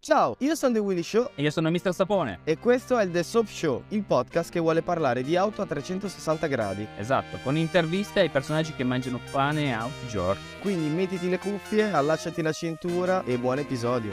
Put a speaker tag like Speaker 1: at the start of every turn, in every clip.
Speaker 1: Ciao, io sono The Willy Show
Speaker 2: E io sono Mr. Sapone.
Speaker 1: e questo è il The Soap Show, il podcast che vuole parlare di auto a 360 gradi.
Speaker 2: Esatto, con interviste ai personaggi che mangiano pane a tutti i giorni.
Speaker 1: Quindi mettiti le cuffie, allacciati la cintura e buon episodio.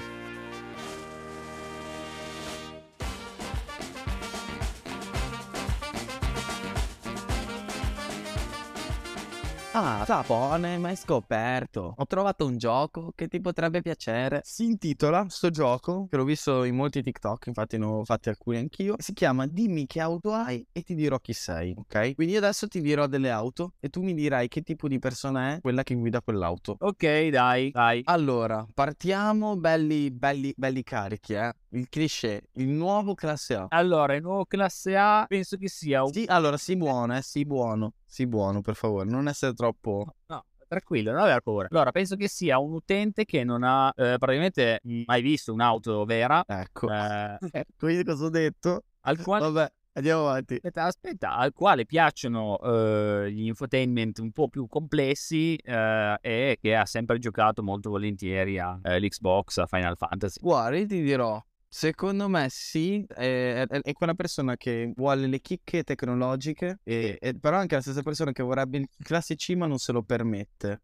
Speaker 3: Ah, Sapone, mi hai scoperto. Ho trovato un gioco che ti potrebbe piacere.
Speaker 1: Si intitola sto gioco, che l'ho visto in molti TikTok, infatti ne ho fatti alcuni anch'io. Si chiama Dimmi che auto hai e ti dirò chi sei, ok? Quindi io adesso ti dirò delle auto e tu mi dirai che tipo di persona è quella che guida quell'auto.
Speaker 2: Ok, dai, dai.
Speaker 1: Allora, partiamo belli, belli, belli carichi, eh. Il cliché, il nuovo classe A.
Speaker 2: Allora, il nuovo classe A penso che sia un...
Speaker 1: Sì, allora, sii buono, eh, sii buono, sii buono, per favore, non essere troppo...
Speaker 2: No, tranquillo, non aveva paura. Allora, penso che sia un utente che non ha eh, praticamente mai visto un'auto vera.
Speaker 1: Ecco,
Speaker 2: eh,
Speaker 1: quindi cosa ho detto?
Speaker 2: al quale...
Speaker 1: Vabbè, andiamo avanti.
Speaker 2: Aspetta, aspetta, al quale piacciono eh, gli infotainment un po' più complessi eh, e che ha sempre giocato molto volentieri all'Xbox, a Final Fantasy.
Speaker 1: Guarda, io ti dirò, secondo me sì, è, è- è quella persona che vuole le chicche tecnologiche, e, e- però anche la stessa persona che vorrebbe il classe C ma non se lo permette.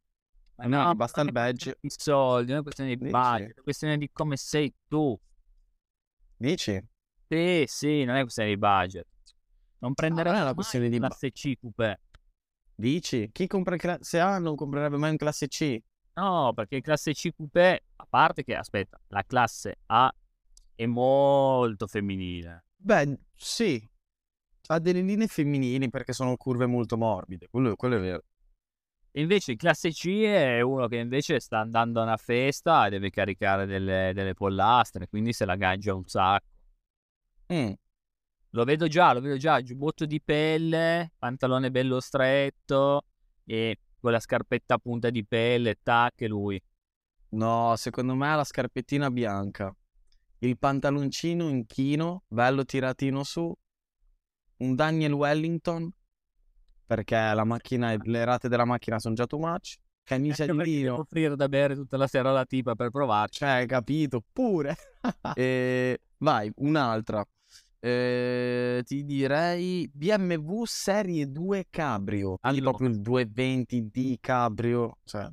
Speaker 2: Ma
Speaker 1: Eh, No,
Speaker 2: no,
Speaker 1: basta
Speaker 2: non
Speaker 1: il
Speaker 2: è una
Speaker 1: badge.
Speaker 2: Ah, questione di soldi, non è una questione di
Speaker 1: Dici?
Speaker 2: budget, è una questione di come sei tu.
Speaker 1: Dici?
Speaker 2: Sì, sì, non è questione di budget. Non prendere
Speaker 1: non è una questione di
Speaker 2: classe C coupé.
Speaker 1: Dici? Chi compra il classe A non comprerebbe mai un classe C?
Speaker 2: No, perché il classe C coupé, a parte che, aspetta, la classe A è molto femminile.
Speaker 1: Beh, sì, ha delle linee femminili perché sono curve molto morbide, quello, quello è vero.
Speaker 2: Invece il classe C è uno che invece sta andando a una festa e deve caricare delle, delle pollastre, quindi se la gaggia un sacco.
Speaker 1: Mm.
Speaker 2: Lo vedo già, lo vedo già, giubbotto di pelle, pantalone bello stretto e con la scarpetta a punta di pelle, tac, e lui.
Speaker 1: No, secondo me ha la scarpettina bianca, il pantaloncino in chino, bello tiratino su, un Daniel Wellington, perché la macchina, le rate della macchina sono già too much, camicia
Speaker 2: Anche
Speaker 1: di
Speaker 2: perché devo
Speaker 1: lino,
Speaker 2: offrire da bere tutta la sera alla tipa per provarci.
Speaker 1: cioè, capito, pure. E Eh, vai, un'altra. Eh, ti direi BMW Serie 2 Cabrio. Anche
Speaker 2: Dillo.
Speaker 1: proprio il 220D Cabrio. Cioè,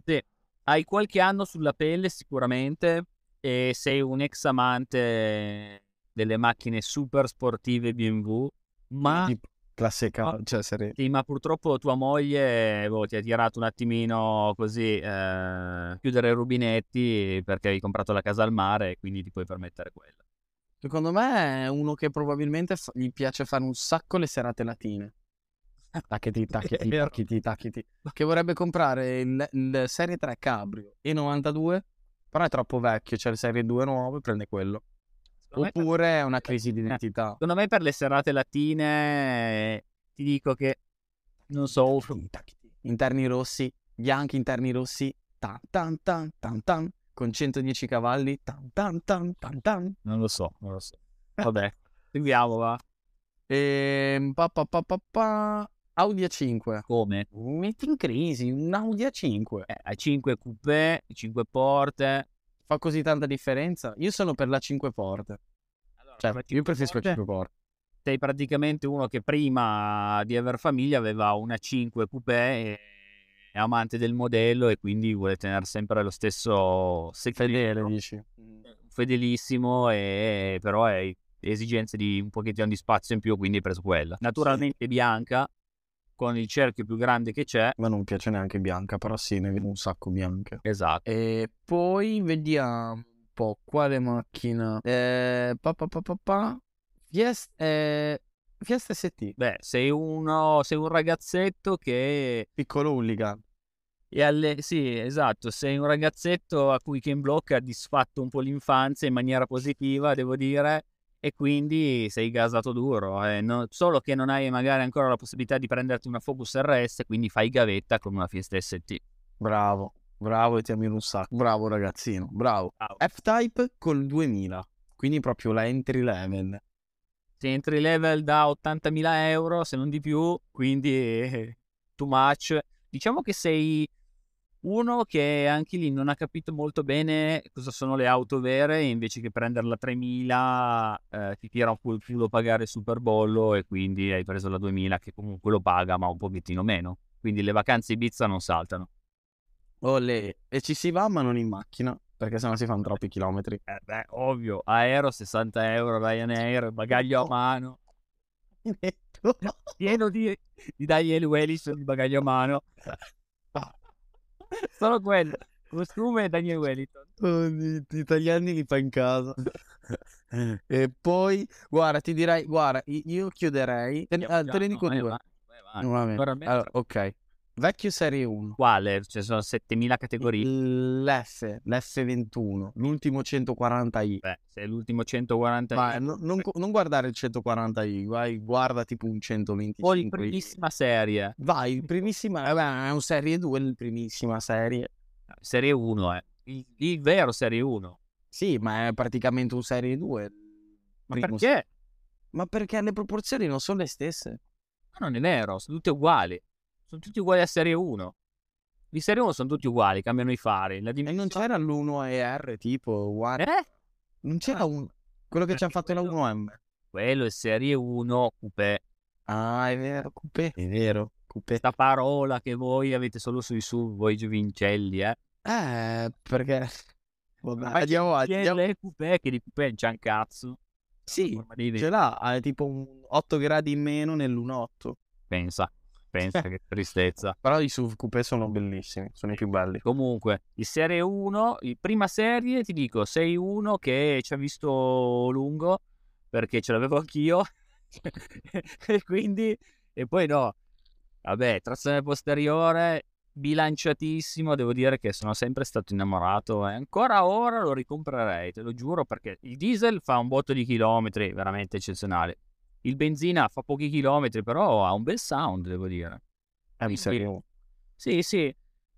Speaker 2: Hai qualche anno sulla pelle sicuramente e sei un ex amante delle macchine super sportive BMW, ma,
Speaker 1: di classe ca-
Speaker 2: Ah.
Speaker 1: cioè serie.
Speaker 2: sì, ma purtroppo tua moglie boh, ti ha tirato un attimino così eh, chiudere i rubinetti perché hai comprato la casa al mare e quindi ti puoi permettere quella.
Speaker 1: Secondo me è uno che probabilmente fa- gli piace fare un sacco le serate latine. Tacchiti, tacchiti,
Speaker 2: Vero.
Speaker 1: tacchiti, tacchiti. Che vorrebbe comprare il, il Serie 3 Cabrio E92, però è troppo vecchio, c'è il Serie 2 nuovo, prende quello.
Speaker 2: Secondo me- Eh,
Speaker 1: Oppure è una crisi di identità.
Speaker 2: Secondo me per le serate latine eh, ti dico che non
Speaker 1: Cioè,
Speaker 2: so, un-
Speaker 1: Interni rossi, bianchi interni rossi, tan tan tan tan tan, con 110 cavalli, tan tan tan tan tan.
Speaker 2: non lo so, non lo so. Vabbè, seguiamo va.
Speaker 1: Ehm, pa, pa, pa, pa, pa. Audi A5.
Speaker 2: Come?
Speaker 1: Metti in crisi un Audi A5.
Speaker 2: Eh, hai 5 coupé, 5 porte.
Speaker 1: Fa così tanta differenza? Io sono per la 5 porte.
Speaker 2: Allora,
Speaker 1: Cioè,
Speaker 2: per
Speaker 1: io preferisco
Speaker 2: porte?
Speaker 1: 5 porte.
Speaker 2: Sei praticamente uno che prima di aver famiglia aveva una 5 coupé e è amante del modello e quindi vuole tenere sempre lo stesso
Speaker 1: Fedele,
Speaker 2: segreto,
Speaker 1: dici.
Speaker 2: Mm. fedelissimo e però hai esigenze di un pochettino di spazio in più, quindi hai preso quella. Naturalmente bianca con il cerchio più grande che c'è.
Speaker 1: Ma non piace neanche bianca, però sì, ne vedo un sacco bianche.
Speaker 2: Esatto.
Speaker 1: E poi vediamo un po' quale macchina. Eh, pa, pa, pa, pa, pa. Fies- eh, Fiesta ST.
Speaker 2: Beh, sei uno, sei un ragazzetto che
Speaker 1: Piccolo hooligan.
Speaker 2: E alle- Sì, esatto, sei un ragazzetto a cui Ken Block ha disfatto un po' l'infanzia in maniera positiva, devo dire, e quindi sei gasato duro. eh, no- Solo che non hai magari ancora la possibilità di prenderti una Focus RS, quindi fai gavetta come una Fiesta ST.
Speaker 1: Bravo, bravo e ti ammiro un sacco. Bravo ragazzino, bravo. F-Type col 2000, quindi proprio la entry level.
Speaker 2: Sei entry level da 80.000 euro, se non di più, quindi eh, too much. Diciamo che sei Uno che anche lì non ha capito molto bene cosa sono le auto vere, invece che prenderla a 3000 eh, ti tira un po' il culo pagare il superbollo e quindi hai preso la 2000 che comunque lo paga ma un pochettino meno. Quindi le vacanze Ibiza non saltano.
Speaker 1: Olè, e ci si va ma non in macchina, perché sennò si fanno troppi chilometri.
Speaker 2: Eh beh, ovvio, aereo 60 euro, Ryanair, bagaglio a mano, pieno di, di Daniel Wellis di bagaglio a mano. Solo quello, costume e Daniel Wellington.
Speaker 1: Oh, gli gli italiani li fa in casa. e poi, guarda, ti direi, guarda, i- io chiuderei. Te, ah, te ne dico
Speaker 2: Vai
Speaker 1: due.
Speaker 2: avanti, vai avanti.
Speaker 1: Va bene.
Speaker 2: Ancora mezzo?
Speaker 1: Allora, ok. Vecchio serie 1.
Speaker 2: Quale? Ci sono 7000 categorie.
Speaker 1: L'F, l'F21, l'ultimo 140i.
Speaker 2: Beh, se è l'ultimo 140
Speaker 1: Ma no- non, gu- non guardare il 140i, vai, guarda tipo un
Speaker 2: o la
Speaker 1: 125i.
Speaker 2: primissima serie.
Speaker 1: Vai, il primissima, eh beh, è un serie 2, il primissima serie.
Speaker 2: Serie 1, eh. Il, il vero Serie 1.
Speaker 1: Sì, ma è praticamente un serie 2.
Speaker 2: Ma perché?
Speaker 1: Ma perché le proporzioni non sono le stesse?
Speaker 2: Ma non è vero, sono tutte uguali. Sono tutti uguali a Serie 1. Di Serie 1 sono tutti uguali, cambiano i fari. La
Speaker 1: E non
Speaker 2: dimensione...
Speaker 1: c'era l'1ER tipo, uguale.
Speaker 2: Eh?
Speaker 1: non c'era un... quello che ci hanno fatto la 1M.
Speaker 2: Quello è Serie 1 coupé.
Speaker 1: Ah, è vero, coupé. È vero, coupé.
Speaker 2: Questa parola che voi avete solo sui sub, voi giovincelli, eh.
Speaker 1: Eh, perché... Vabbè,
Speaker 2: Ma
Speaker 1: andiamo avanti.
Speaker 2: Chi è
Speaker 1: andiamo-
Speaker 2: le coupé che di coupé non c'è un cazzo. C'è una
Speaker 1: Sì,
Speaker 2: forma di-
Speaker 1: Ce l'ha, ha tipo un 8 gradi in meno nell'1.8.
Speaker 2: Pensa, pensa che tristezza.
Speaker 1: Però i SUV coupé sono bellissimi, sono i più belli.
Speaker 2: Comunque, il Serie 1, il prima serie, ti dico, 6-1 che ci ha visto lungo, perché ce l'avevo anch'io, e quindi, e poi no, vabbè, trazione posteriore, bilanciatissimo, devo dire che sono sempre stato innamorato, e ancora ora lo ricomprerei, te lo giuro, perché il diesel fa un botto di chilometri, veramente eccezionale. Il benzina fa pochi chilometri, però ha un bel sound, devo dire.
Speaker 1: È un serie uno.
Speaker 2: Sì, sì. Eh,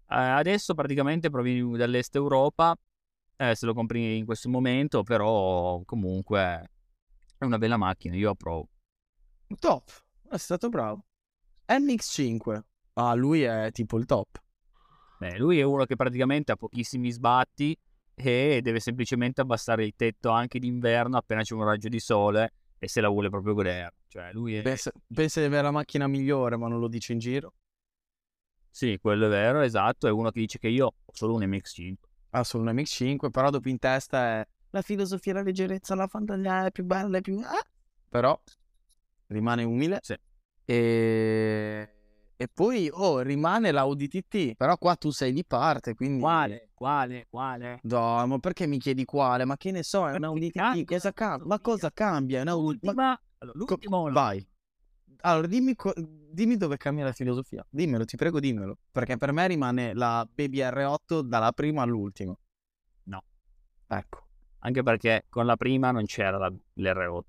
Speaker 2: adesso praticamente provieni dall'est Europa, eh, se lo compri in questo momento, però comunque è una bella macchina, io approvo.
Speaker 1: Top, è stato bravo. NX5. Ah, lui è tipo il top.
Speaker 2: Beh, lui è uno che praticamente ha pochissimi sbatti e deve semplicemente abbassare il tetto anche d'inverno appena c'è un raggio di sole e se la vuole proprio godere. Cioè, lui è...
Speaker 1: Pensa, pensa di avere la macchina migliore, ma non lo dice in giro.
Speaker 2: Sì, quello è vero, esatto, è uno che dice che io ho solo un MX-5.
Speaker 1: Ha solo un MX5, però dopo in testa è la filosofia, la leggerezza, la fantasia è più bella, è più... ah!" Però rimane umile.
Speaker 2: Sì.
Speaker 1: E... e poi, oh, rimane l'Audi TT. Però qua tu sei di parte, quindi...
Speaker 2: Quale? Quale? Quale?
Speaker 1: No, ma perché mi chiedi quale? Ma che ne so, è
Speaker 2: Perché
Speaker 1: un Audi
Speaker 2: cambia
Speaker 1: TT, cosa
Speaker 2: la
Speaker 1: cambia? Ma
Speaker 2: filosofia.
Speaker 1: cosa cambia? È un Audi... ma-
Speaker 2: L'ultima... Allora,
Speaker 1: co-
Speaker 2: l'ultimo...
Speaker 1: Vai. Allora, dimmi, co- dimmi dove cambia la filosofia. Dimmelo, ti prego, dimmelo. Perché per me rimane la Baby R8 dalla prima all'ultima.
Speaker 2: No.
Speaker 1: Ecco.
Speaker 2: Anche perché con la prima non c'era la- l'R8.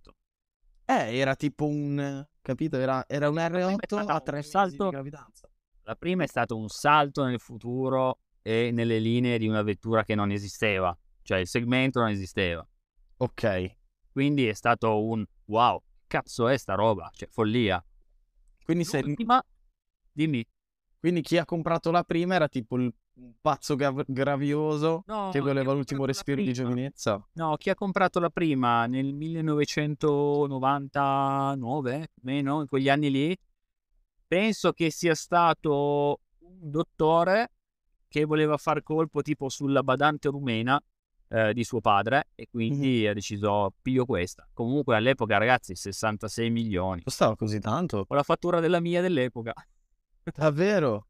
Speaker 1: Eh, era tipo un... Capito? Era, era un R8
Speaker 2: stata
Speaker 1: a
Speaker 2: un
Speaker 1: tre mesi
Speaker 2: salto-
Speaker 1: di gravidanza.
Speaker 2: La prima è stato un salto nel futuro e nelle linee di una vettura che non esisteva, cioè il segmento non esisteva.
Speaker 1: Ok.
Speaker 2: Quindi è stato un wow, cazzo è sta roba, cioè follia.
Speaker 1: Quindi, se-
Speaker 2: L'ultima, dimmi,
Speaker 1: quindi chi ha comprato la prima era tipo il pazzo gav- gravioso
Speaker 2: no,
Speaker 1: che
Speaker 2: chi ha
Speaker 1: voleva l'ultimo
Speaker 2: comprato la
Speaker 1: respiro di
Speaker 2: prima?
Speaker 1: giovinezza.
Speaker 2: No, chi ha comprato la prima nel 1999, meno, in quegli anni lì, penso che sia stato un dottore che voleva far colpo tipo sulla badante rumena eh, di suo padre e quindi ha deciso piglio questa. Comunque all'epoca, ragazzi, 66 milioni.
Speaker 1: Costava così tanto?
Speaker 2: Ho la fattura della mia dell'epoca.
Speaker 1: Davvero?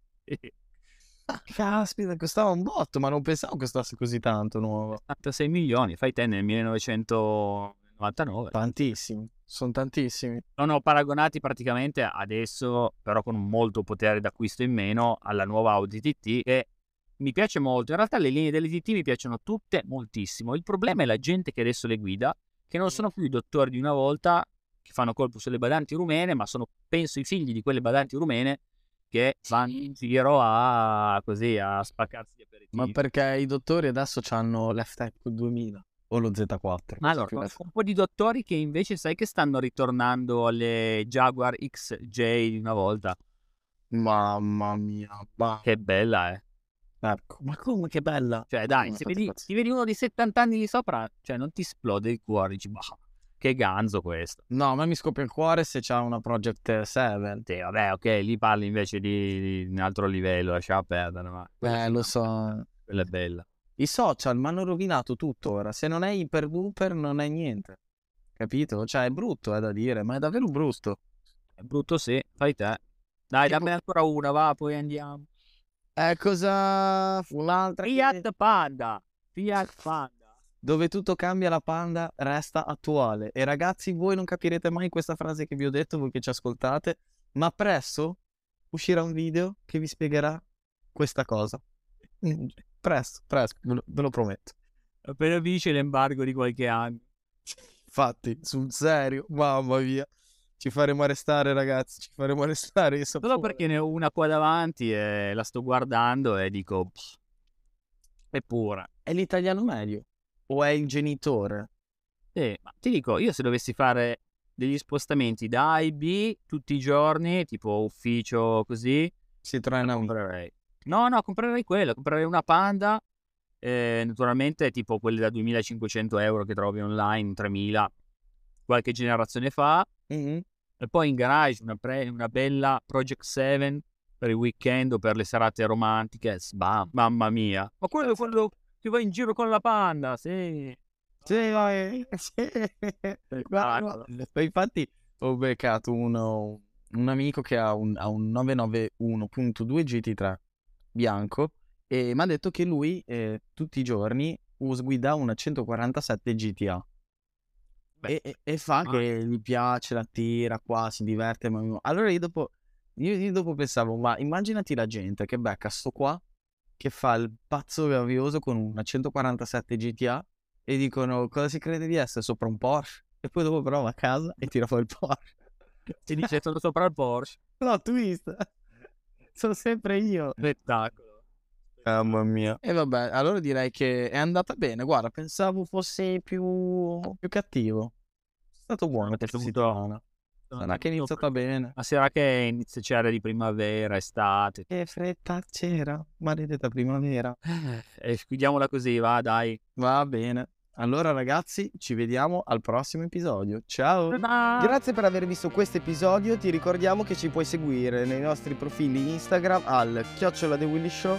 Speaker 1: Ah, Caspita, costava un botto, ma non pensavo costasse così tanto nuovo.
Speaker 2: 66 milioni, fai te nel 1999.
Speaker 1: Tantissimi, sono tantissimi.
Speaker 2: sono paragonati praticamente adesso, però con molto potere d'acquisto in meno, alla nuova Audi TT che mi piace molto. In realtà le linee delle TT mi piacciono tutte moltissimo. Il problema è la gente che adesso le guida, che non sono più i dottori di una volta che fanno colpo sulle badanti rumene, ma sono penso i figli di quelle badanti rumene che vanno in giro a così a spaccarsi gli aperitivi.
Speaker 1: Ma perché i dottori adesso hanno l'F-Type 2000 o lo Z4?
Speaker 2: Ma allora,
Speaker 1: Più
Speaker 2: con-
Speaker 1: F-
Speaker 2: con un po' di dottori che invece sai che stanno ritornando alle Jaguar XJ di una volta.
Speaker 1: Mamma mia, ma
Speaker 2: Che bella, eh.
Speaker 1: Ecco, ma come che bella.
Speaker 2: Cioè, dai,
Speaker 1: Una
Speaker 2: se vedi,
Speaker 1: soddisfazione.
Speaker 2: ti vedi uno di 70 anni di sopra, cioè, non ti esplode il cuore, dici, bah, che ganzo questo.
Speaker 1: No, a me mi scoppia il cuore se c'ha una Project 7.
Speaker 2: Te, vabbè, ok, lì parli invece di, di un altro livello, lasciamo perdere, ma
Speaker 1: Eh, lo so.
Speaker 2: quella è bella.
Speaker 1: I social mi hanno rovinato tutto ora. Se non è iper duper non è niente. Capito? Cioè, è brutto, è da dire, ma è davvero brutto.
Speaker 2: È brutto, sì, fai te. Dai,
Speaker 1: Tipo-
Speaker 2: dammi ancora una, va, poi andiamo.
Speaker 1: Eh, cosa... Un'altra...
Speaker 2: Fiat Panda, Fiat Panda.
Speaker 1: Dove tutto cambia la panda resta attuale. E ragazzi, voi non capirete mai questa frase che vi ho detto, voi che ci ascoltate, ma presto uscirà un video che vi spiegherà questa cosa. Mm, Presto, presto, ve lo, ve lo prometto.
Speaker 2: Appena vince l'embargo di qualche anno.
Speaker 1: Infatti, sul serio, mamma mia. Ci faremo arrestare, ragazzi, ci faremo arrestare. io so
Speaker 2: Solo
Speaker 1: pure.
Speaker 2: perché ne ho una qua davanti e la sto guardando e dico, "Pff, eppure.
Speaker 1: È l'italiano medio? O è il genitore?
Speaker 2: Sì, ma ti dico, io se dovessi fare degli spostamenti da A e B tutti i giorni, tipo ufficio così,
Speaker 1: Si trena un...
Speaker 2: comprerei. No, no, comprerei quello, comprerei una Panda, eh, naturalmente tipo quelle da 2500 euro che trovi online, 3000, qualche generazione fa,
Speaker 1: Mhm.
Speaker 2: e poi in garage una, pre- una bella Project 7 per il weekend o per le serate romantiche, sbam, mamma mia. Ma quello è quello che va in giro con la Panda, sì.
Speaker 1: Sì, vai. Sì. Guarda, poi infatti ho beccato uno, un amico che ha un, ha un 991.2 GT3 bianco e mi ha detto che lui eh, tutti i giorni us- guida una 147 GTA.
Speaker 2: Beh.
Speaker 1: E, e- e fa
Speaker 2: Ah.
Speaker 1: che gli piace, la tira qua, si diverte. ma- Allora io dopo, io- io dopo pensavo, ma immaginati la gente che becca sto qua, che fa il pazzo gravioso con una 147 GTA e dicono cosa si crede di essere sopra un Porsche e poi dopo però va a casa e tira fuori il Porsche.
Speaker 2: Ti dice sono sopra il Porsche.
Speaker 1: No, twist. Sono sempre io.
Speaker 2: Spettacolo.
Speaker 1: Mamma mia. E vabbè, allora direi che è andata bene. Guarda, pensavo fosse più, più cattivo. È stato buono questa
Speaker 2: Dovuto-
Speaker 1: settimana. Sarà che è iniziata bene.
Speaker 2: Ma sarà che inizia a c'era di primavera, estate.
Speaker 1: Che fretta c'era, maledetta primavera.
Speaker 2: E Eh, chiudiamola così, va, dai.
Speaker 1: Va bene. Allora ragazzi, ci vediamo al prossimo episodio. Ciao!
Speaker 2: Grazie.
Speaker 3: Grazie per aver visto questo episodio, ti ricordiamo che ci puoi seguire nei nostri profili Instagram al chiocciola The Willy Show.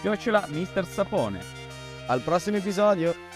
Speaker 2: Chiocciola Mister Sapone.
Speaker 3: Al prossimo episodio!